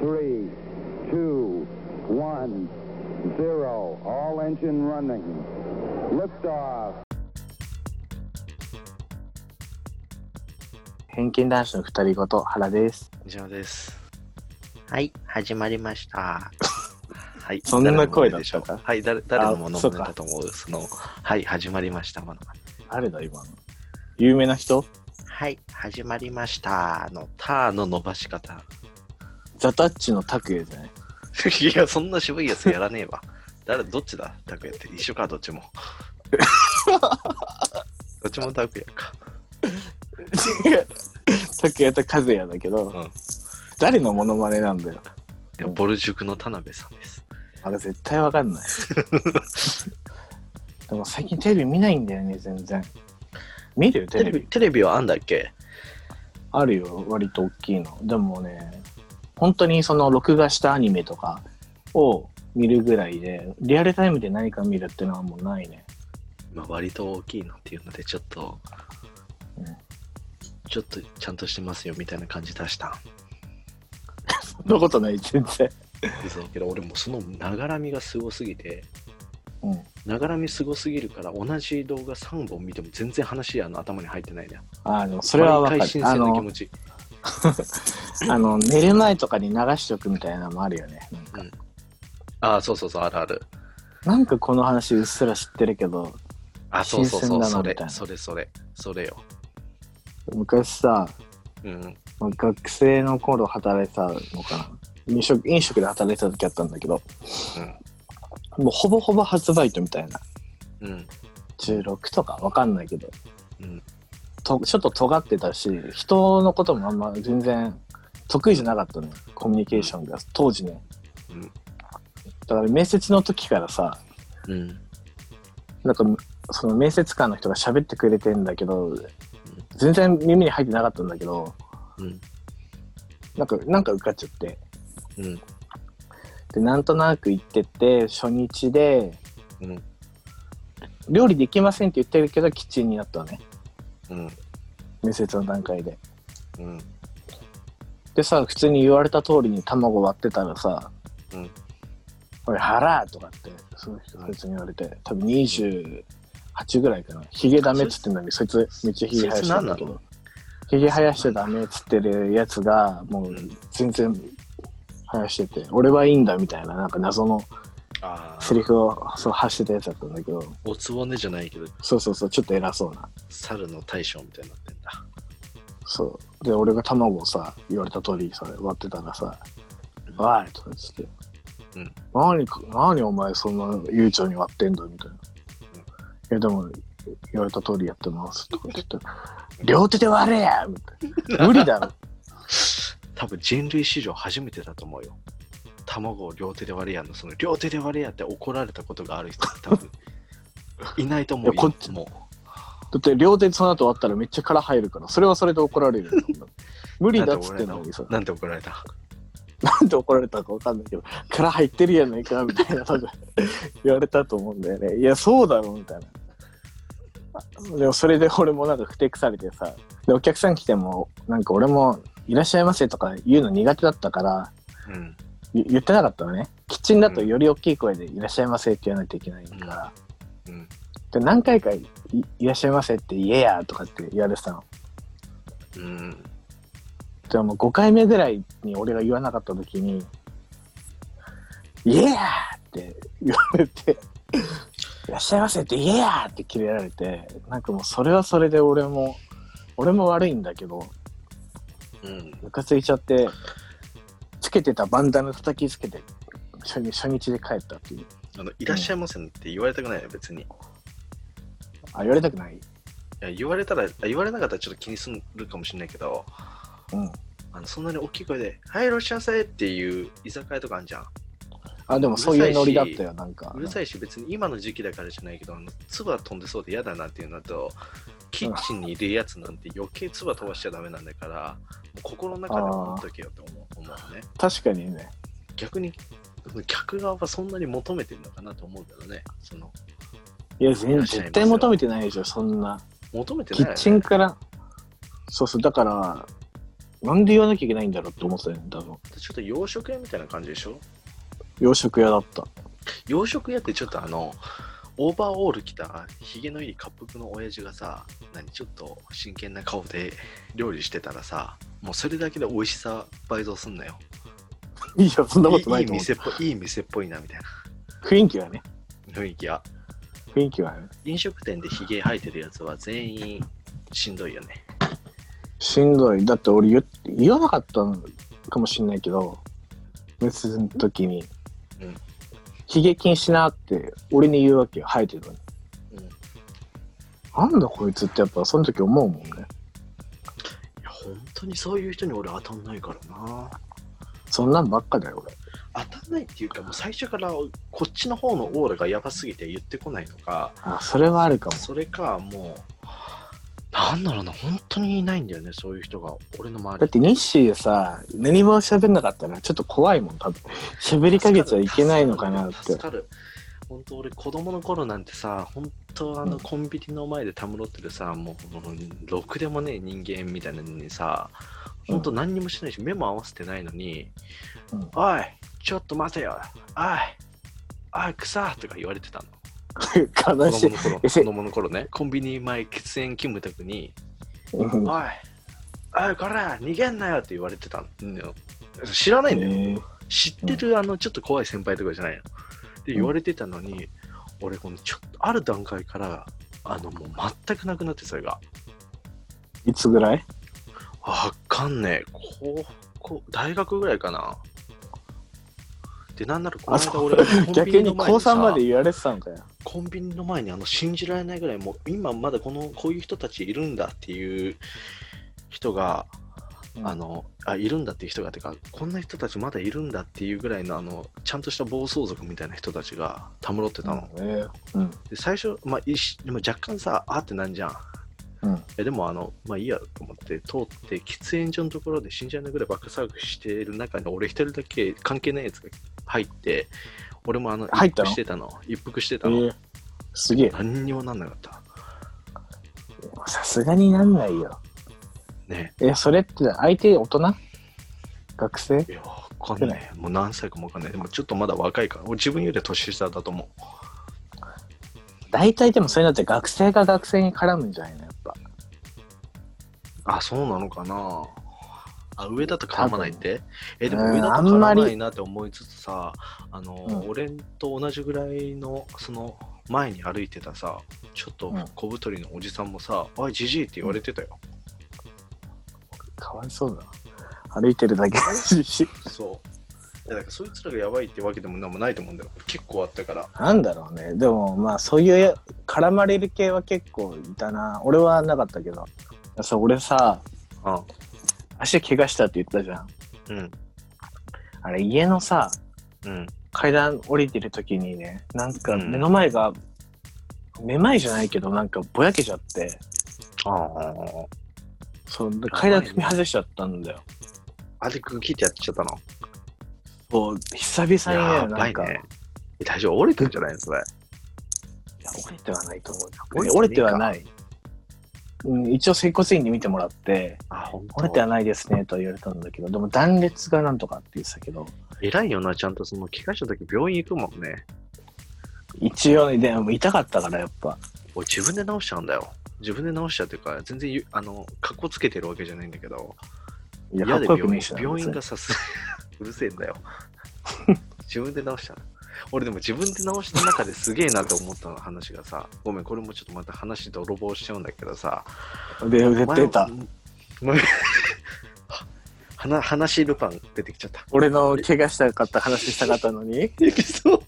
three, two, one, zero. All engine running. Liftoff. 偏見男子の二人ごと原です。以上です。はい、始まりました。 はい。そんな誰のもの声だったでしょうか。はい、誰誰あのものそうかだと思うその、はい、始まりましたもの。誰だ今の。有名な人はい、始まりました。あの、ターの伸ばし方。 ザタッチの拓也じゃないいや、そんな渋いやつやらねえわ。誰、どっちだタクヤって。一緒か、ど っちも。どっちもタクヤか。 拓也と和也だけど、ん誰のモノマネなんだよ。いやボル塾の田辺さんです。あれ絶対わかんない。 でも最近テレビ見ないんだよね、全然。見るテレテレビビ、テレビはあんだっけあるよ、割と大きいの。でもね、本当にその録画したアニメとかを見るぐらいで、リアルタイムで何か見るってのはもうないね。まあ、割と大きいのっていうので、ちょっと、うんちょっとちゃんとしてますよみたいな感じ出した。そんなことない、全然。嘘けど、俺もうそのながらみがすごすぎて、うん。ながらみすごすぎるから同じ動画3本見ても全然話あの頭に入ってないね。あの、それはわかる毎回。新あ鮮な気の持、ち。あの、寝る前とかに流しておくみたいなのもあるよね。なんか、ああ、そうそうそう、あるある。なんかこの話うっすら知ってるけど、あそうそうそ新鮮う、だなそれみたい、なそれ、それ、それよ。昔さ、うん。まあ学生の頃働いてたのかな。飲食飲食で働いてた時あったんだけど、もうほぼほぼ発売日みたいな。うん。うん。 16とかわかんないけど、うん。とちょっと尖ってたし、人のこともあんま全然得意じゃなかったね。コミュニケーションが、当時ね。うんだから面接の時からさ、うん。なんかその面接官の人が喋ってくれてんだけど全然耳に入ってなかったんだけどうん。なんかなんか受かっちゃってうん。でなんとなく行ってって初日でうん。料理できませんって言ってるけどキッチンになったのねうん。面接の段階でうん。でさ普通に言われた通りに卵割ってたらさうん「俺腹!」とかってその人そいつに言われて多分28ぐらいかなヒゲダメっつってんのにそいつめっちゃヒゲ生やしてたんだけそいつ何などヒゲ生やしてダメっつってるやつがもう全然生やしてて「俺はいいんだ」みたいななんか謎のああセ、リフをそう発してたやつだったんだけどおつぼねじゃないけど、そうそうそうちょっと偉そうな猿の大将みたいになってんだ。そう。で、俺が卵をさ、言われた通りさ、割ってたらさ、わーいとか言ってて、うん何か、何お前そんな悠長に割ってんだみたいな。いや、でも、言われた通りやってますとか言ってて、両手で割れやみたいな。無理だろ。多分人類史上初めてだと思うよ。卵を両手で割れやんの、その両手で割れやって怒られたことがある人、多分いないと思うよ。いやこっちもだって両手でその後割ったらめっちゃ殻入るから、それはそれで怒られるよ。 無う。理だっつってんのにさ、なんで怒られたなんで怒られたかわかんないけど、殻入ってるやないかみたいな、多分 言われたと思うんだよね。いや、そうだろみたいな。でもそれで俺もなんかふてくされてさ、でお客さん来ても、なんか俺もいらっしゃいませとか言うの苦手だったから、うん。ゆ言ってなかったのね。キッチンだとより大きい声でいらっしゃいませって言わないといけないから、うん。で何回かいいらっしゃいませって言えやとかって言われてたの。うん。じゃあもう5回目ぐらいに俺が言わなかった時に「イエー!」って言われて「いらっしゃいませ」って「イエー!」ってキレられてなんかもうそれはそれで俺も俺も悪いんだけどうん。ムカついちゃってつけてたバンダナ叩きつけて初日初日で帰ったっていうあの、いらっしゃいませんって言われたくないよ、別に。いあ言われたくないや言われたら、あ言われなかったらちょっと気にするかもしれないけど、うんあのそんなに大きい声で、はい、いらっしゃいませっていう居酒屋とかあるじゃん。あでもそういうノリだったよなんかうるさいし、別に今の時期だからじゃないけど、あの、唾飛んでそうで嫌だなっていうのと、キッチンにいるやつなんて余計唾飛ばしちゃダメなんだから、もう心の中で思っとけよと思う思うね。確かにね逆に、客側はそんなに求めてるのかなと思うけどね。その、いや全い然らっしゃいませ絶対求めてないでしょそんな求めてないキよねッチンから、そうそう、だから、なんで言わなきゃいけないんだろうって思ってたよね、多分。でちょっと洋食屋みたいな感じでしょ洋食屋だった。 洋食屋ってちょっとあのオーバーオール着たひげのいい滑覆の親父がさ何ちょっと真剣な顔で料理してたらさもうそれだけで美味しさ倍増すんなよいや、そんなことないいいと思う。店っぽいいい店っぽいなみたい雰囲気はね。な雰囲気は雰囲気はね。飲食店でひげ生えてるやつは全員しんどいよねしんどい。だって俺言っ言わなかったのかもしんないけど、別の時にうん、悲劇にしなって俺に言うわけよ、生えてるのに。うんいなんだこいつってやっぱその時思うもんね。や本当にそういう人に俺当たんないからなそんなんばっかだよ、俺。当たんないっていうかもう最初からこっちの方のオーラがやばすぎて言ってこないとかあ、それはあるかも。それかもうなんだろうな本当にいないんだよねそういう人が俺のだ周っりてニッシーでさ、何も喋んなかったらちょっと怖いもん、多分。喋りかけちゃいけないのかなっ助て。かる本当俺子供の頃なんてさ本当あのうんコンビニの前でたむろってるさ、もうもうろくでもねえ人間みたいなのにさ本当何にもしないし目も合わせてないのに「うんおいちょっと待てよおいおい草」とか言われてたの悲子しい供の頃え子供の頃ねコンビニ前喫煙勤務宅にうん。おい、おい、こら、逃げんなよって言われてたんだよ。知らないんだよ。えー知ってる、あの、ちょっと怖い先輩とかじゃないよ。で、言われてたのに、俺、この、ちょっと、ある段階から、あの、もう全くなくなって、それが。いつぐらいわかんねえ。高校、大学ぐらいかな。で、なんなら、このあそ間う俺、コンビ逆ニのに前高3まさで言われてたんかよ。コンビニの前にあの信じられないぐらいもう今まだこのこういう人たちいるんだっていう人が、うんあのあいるんだっていう人がてかこんな人たちまだいるんだっていうぐらいのあのちゃんとした暴走族みたいな人たちがたむろってたの、えーうん。で最初、まあ、いしでも若干さあーってなんじゃんうん。えでもあのまあいいやと思って通って喫煙所のところで信じられないぐらいバックサークしてる中に俺一人だけ関係ないやつが入って俺もあの入っ一た服のしてたの一服してえたの、ーすげえ。何にもなんなかったさすがになんないよ。ねえ、それって相手大人学生いや、わかんない。もう何歳かもわかんない。でもちょっとまだ若いから、俺自分よりは年下だと思う。大体でもそういうのって学生が学生に絡むんじゃないのやっぱ。あ、そうなのかなあ、上だと絡まないってえ、でうんも上だとあん絡ままりないなって思いつつさ、あの、うん俺と同じぐらいの、その、前に歩いてたさ、ちょっとうん小太りのおじさんもさ、おい、じじいって言われてたよ。かわいそうだな。歩いてるだけだし。そう。いやだからそいつらがやばいってわけでもなんもないと思うんだよ。結構あったから。なんだろうね。でもまあそういうや絡まれる系は結構いたな。俺はなかったけど。さ俺さ、足怪我したって言ったじゃん。うん。あれ家のさ、うん。階段降りてる時にね、なんかうん目の前が、めまいじゃないけどなんかぼやけちゃって、ああ。そうで階段踏み外しちゃったんだよ。あれ、グキってやっちゃったのそう久々にね、なんか、え大丈夫折れてんじゃないのそれ。いや折れてはないと思うよ折れてねえか折れてはない。うん、一応、接骨院に見てもらって、あ、ほん折れてはないですねとは言われたんだけど、でも断裂がなんとかって言ってたけど、偉いよな、ちゃんとその、怪我した時病院行くもんね。一応ね、でも痛かったからやっぱ、俺、自分で治しちゃうんだよ。自分で治しちゃうっていうか、全然ゆ、あの、格好つけてるわけじゃないんだけど、いや、か嫌っでこよ病く見院えてた病別院がにさす、 うるせえんだ よ。自分で治したの。俺でも自分で治した中ですげえなと思った話がさ、ごめん、これもちょっとまた話泥棒しちゃうんだけどさ、で、で出た。 前も。話、話ルパン出てきちゃった。俺の怪我したかった話したかった のに、エピソー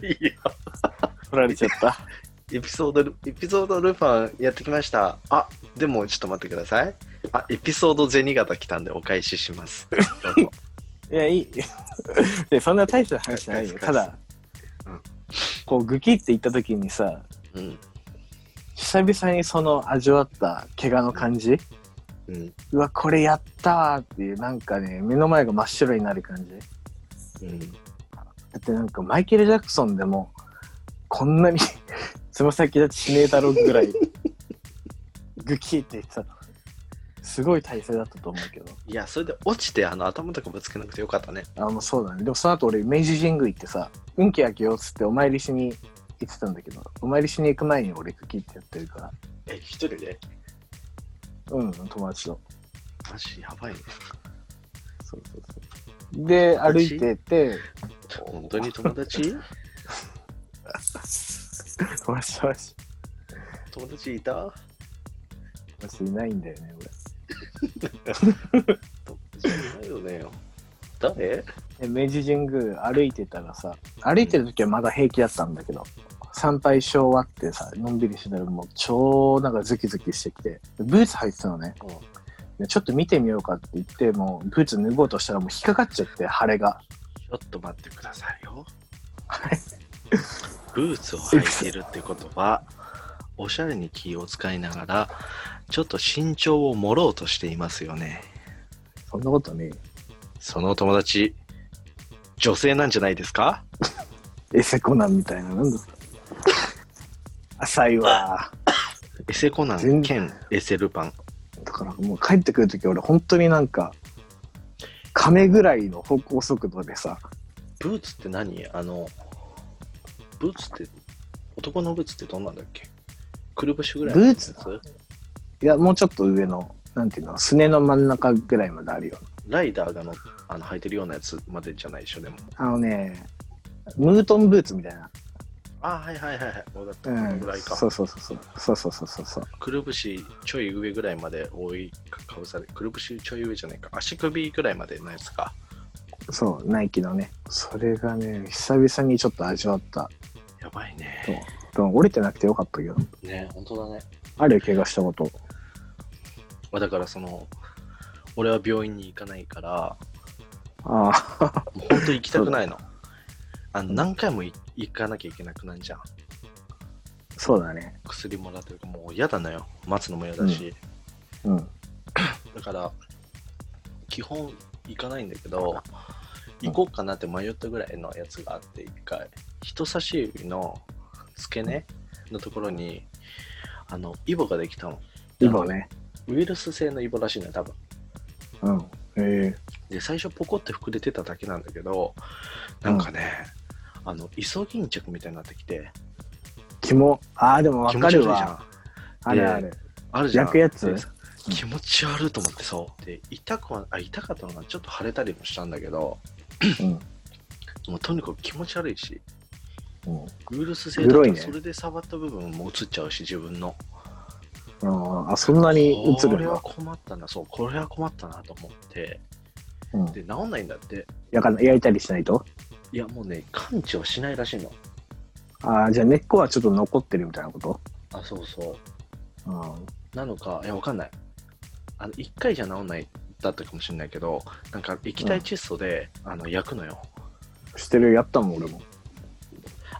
ド、いいよ。取られちゃった。エピソードル、エピソードルパンやってきました。あ、でもちょっと待ってください。あ、エピソード銭形来たんでお返しします。どうぞいや、い い。で、そんな大した話じゃないよ。ただうん、こう、グキって言った時にさ、うん。久々にその味わった怪我の感じ、うん。うわこれやったわっていうなんかね目の前が真っ白になる感じだうん。ってなんかマイケル・ジャクソンでもこんなに つま先立ちしねえだろうぐらいグキって言ってたすごい体勢だったと思うけど。いや、それで落ちて、あの、頭とかぶつけなくてよかったね。あ、もうそうだね。でもその後俺、明治神宮行ってさ、運気開けようっつってお参りしに行ってたんだけど、お参りしに行く前に俺、クキってやってるから。え、一人でうん、友達と。マジやばいね。そうそうそう。で、歩いてて、本当に友達友達友達友達いた友達いないんだよね、友達いないよね。誰俺。で明治神宮歩いてたらさ、歩いてる時はまだ平気だったんだけど、参拝し終わってさ、のんびりしてたらもう超なんかズキズキしてきて、ブーツ履いてたのね。うんでちょっと見てみようかって言って、もうブーツ脱ごうとしたらもう引っかかっちゃって、腫れが。 ちょっと待ってくださいよ。はいブーツを履いてるってことは、おしゃれに気を使いながら、ちょっと身長を盛ろうとしていますよね。そんなことねえよそのお友達、女性なんじゃないですかエセコナンみたいな、なんだった 浅いわ。エセコナン全兼エセルパン。だからもう帰ってくるとき俺本当になんか、亀ぐらいの方向速度でさ、ブーツって何あの、ブーツって、男のブーツってどんなんだっけくるぶしぐらいのやつブいや、もうちょっと上の、なんていうの、すねの真ん中ぐらいまであるよ。ライダーがのあの履いてるようなやつまでじゃないでしょ、でも。あのね、ムートンブーツみたいな。あ、はいはいはいはい。わかった。うこのんぐらい。か。そうそうそうそう。そうそうそうそうそう。くるぶしちょい上ぐらいまで覆いかぶされ、くるぶしちょい上じゃないか、足首ぐらいまでのやつか。そう、ナイキのね。それがね、久々にちょっと味わった。やばいね。でも折れてなくてよかったけど。ね、本当だね。あるよ、怪我したこと。まあだからその、俺は病院に行かないから、ああ、もう本当行きたくないの。あの何回もい行かなきゃいけなくなるじゃん。そうだね。薬もらってるからもう嫌だのよ。待つのも嫌だし。うん。だから、基本行かないんだけど、行こうかなって迷ったぐらいのやつがあって、一回、人差し指の付け根のところに、あの、イボができたの。イボね。ウイルス性のイボらしいのよ、多分。うん。ええで、最初ポコって膨れてただけなんだけど、なんかね、あの、イソギンチャクみたいになってきて、キモ。ああ、でもわ気か持ち悪いるじゃわ。ん。あるある。あるじゃん。焼くやつでさ気持ち悪いと思って、そう。で、痛くは、あ、痛かったのがちょっと腫れたりもしたんだけど、うん。もうとにかく気持ち悪いし、うんウイルス性だグロいとねそれで触った部分も映っちゃうし、自分の。あーあ、そんなに映こるれのは困ったな、そう、これは困ったなと思って、うん。で、治んないんだって、やかん焼いたりしないといや、もうね、完治はしないらしいの。ああ、じゃあ根っこはちょっと残ってるみたいなことあ、そうそう。うん。なのか、いや、わかんない。あの、一回じゃ治んないだったかもしれないけど、なんか液体窒素で、あの焼くのよ。してる、やったもん、俺も。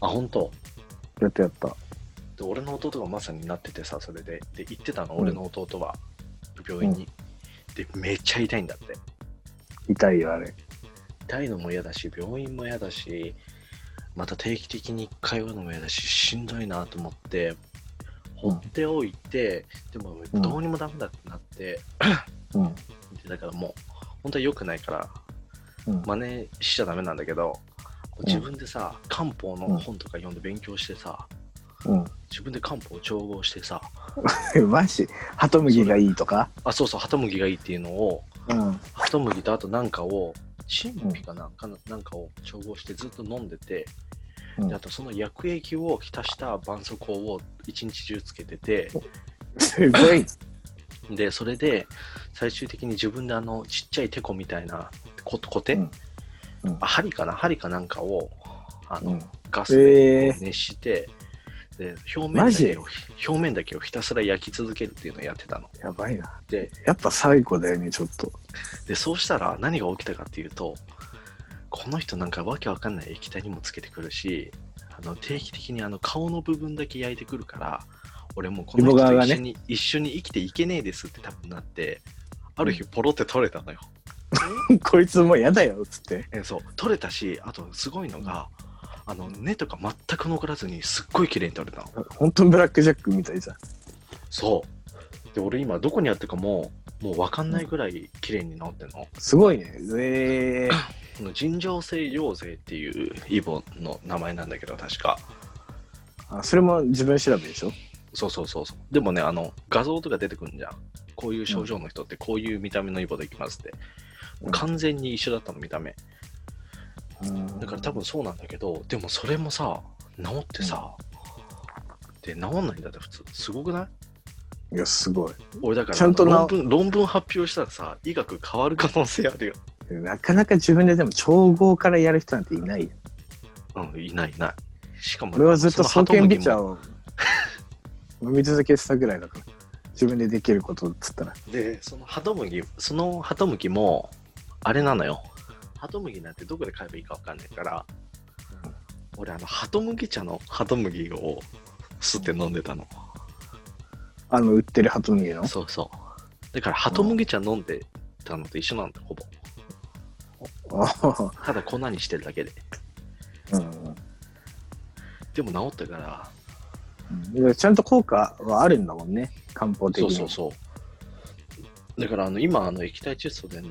あ、本当やったやった。で、俺の弟がまさになっててさ、それで。で、行ってたの、うん俺の弟は、病院に。で、めっちゃ痛いんだって。痛いよ、あれ。痛いのも嫌だし、病院も嫌だし、また定期的に通うのも嫌だし、しんどいなと思って、放っておいて、でもうんどうにもダメだってなって、うん。でだからもう、本当は良くないから、うん。真似しちゃダメなんだけど、ん自分でさ、漢方の本とか読んで勉強してさ、自分で漢方を調合してさ、うん。 マジハトムギがいいとかあ、そうそう、ハトムギがいいっていうのを、うん。ハトムギとあとなんかを、陳皮かなんかななんかを調合してずっと飲んでて、うんであとその薬液を浸した絆創膏を一日中つけてて、すごい。で、それで最終的に自分であのちっちゃいテコみたいなココテ、うんうんあ針かな針かなんかをあの、うんガスでえこう熱して、で表面マだジけを表面だけをひたすら焼き続けるっていうのをやってたの。やばいな。でやっぱ最後だよね、ちょっと。 でそうしたら何が起きたかっていうとこの人なんかわけわかんない液体にもつけてくるしあの定期的にあの顔の部分だけ焼いてくるから俺もうこの人リボ側とがね一緒に,、一緒に生きていけねえですって多分なってある日ポロって取れたのよ、こいつもうやだよ、つって。えそう取れたしあとすごいのがあの根とか全く残らずにすっごい綺麗に取れたの本当にブラックジャックみたいじゃん。そうで俺今どこにあったかももう分かんないぐらい綺麗に治ってんの。すごいね。えー、この尋常性陽性っていうイボの名前なんだけど、確か。あそれも自分調べでしょそうそうそうそう。でもね、あの、画像とか出てくるんじゃん。こういう症状の人って、こういう見た目のイボできますって。うん完全に一緒だったの、見た目。だから多分そうなんだけど、でもそれもさ、治ってさ、で、治んないんだって普通。すごくないいや、すごい。俺だからちゃんと治論文論文発表したらさ、医学変わる可能性あるよ。なかなか自分ででも調合からやる人なんていないよ。うん、いないいない。しかも、俺はずっとそ創の建ビチャーもを飲み続けてたぐらいだから。自分でできることっつったら。で、そのハトムギ、そのハトムギも、あれなのよ。ハトムギなんてどこで買えばいいかわかんないから、俺、あの、ハトムギ茶のハトムギを吸って飲んでたの。あの、売ってるハトムギの。そうそう。だから、ハトムギ茶飲んでたのと一緒なんだ、ほぼ。あただ粉にしてるだけで。ーうんでも治ったから、うんいやちゃんと効果はあるんだもんね。漢方的そうに。そうそう。だからあの今あの液体窒素で治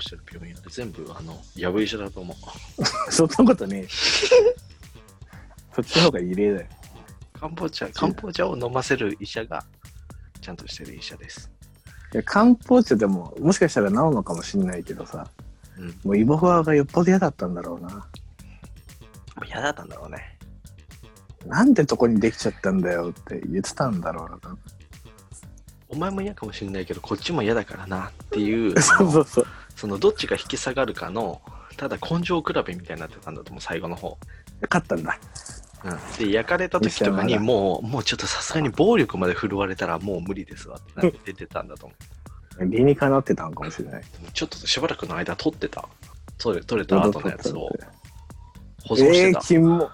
してる病院は全部あの破りじゃだと思 う。そんなことねえ。 そっちの方が異例だよ。漢方茶漢方茶を飲ませる医者がちゃんとしてる医者です。いや漢方茶でも、もしかしたら治るのかもしれないけどさ、うん。もうイボファーがよっぽど嫌だったんだろうな。嫌だったんだろうね。なんでそこにできちゃったんだよって言ってたんだろうな。多分お前も嫌かもしれないけどこっちも嫌だからなって い うそうそうそう。そのどっちが引き下がるかのただ根性比べみたいになってたんだと思う最後の方。勝ったんだ。うん、で焼かれた時とか医者にはもうもうちょっとさすがに暴力まで振るわれたらもう無理ですわってなって出てたんだと思う。理にかなってたのかもしれない。ちょっとしばらくの間取ってた。取れ取れた後のやつ を保存してえー、た。キモ、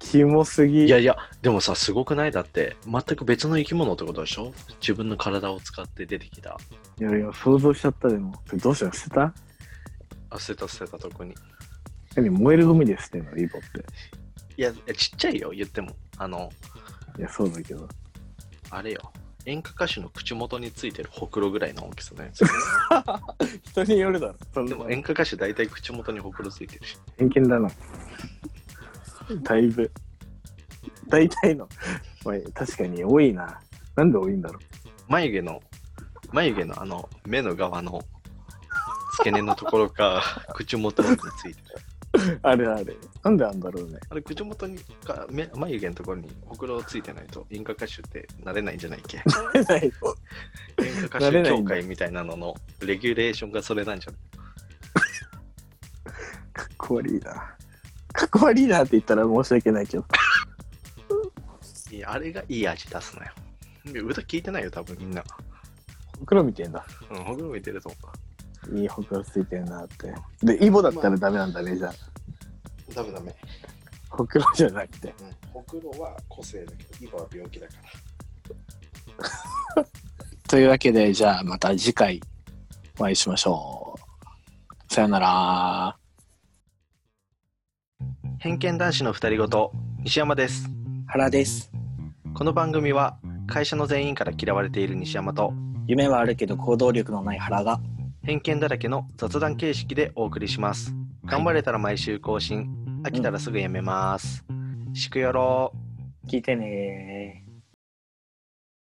キモすぎ。いやいや、でもさ、すごくないだって、全く別の生き物ってことでしょ自分の体を使って出てきた。いやいや想像しちゃったでも。それどうしたの捨てたあ、捨てた捨てたとこに。何燃えるゴミで捨てんのイボって。いや、いやちっちゃいよ、言っても。あの、いや、そうだけど。あれよ。演歌歌手の口元についてるほくろぐらいの大きさのやつ。人によるだろ。そんでなも演歌歌手大体口元にほくろついてるし。偏見だな。だいぶ。大体の。おい確かに多いな。なんで多いんだろ眉毛の、眉毛のあの、目の側の付け根のところか、 口元についてる。う。あれあれ。なんであんだろうね。 あれ、口元にか目眉毛のところにほくろついてないと、演歌歌手ってなれないんじゃないっけない演歌歌なれ手ないん協だ会みたいなののレギュレーションがそれなんじゃないかっこ悪いな。かっこ悪いなって言ったら申し訳ないけど。いやあれがいい味出すのよ。いや歌聞いてないよ、多分みんな。黒見てんだ。うん、ほくろ見てると思いいほくろついてんなって。で、イボだったらダメなんだね、じゃあ。う。ダメダメ。ほくろじゃなくて。うん、ほくろは個性だけど、今は病気だから。というわけで、じゃあまた次回お会いしましょう。さよなら。偏見男子の二人ごと、西山です。原です。この番組は、会社の全員から嫌われている西山と、夢はあるけど行動力のない原が。偏見だらけの雑談形式でお送りします。頑張れたら毎週更新。飽きたらすぐやめます。しくよろう。聞いてねー。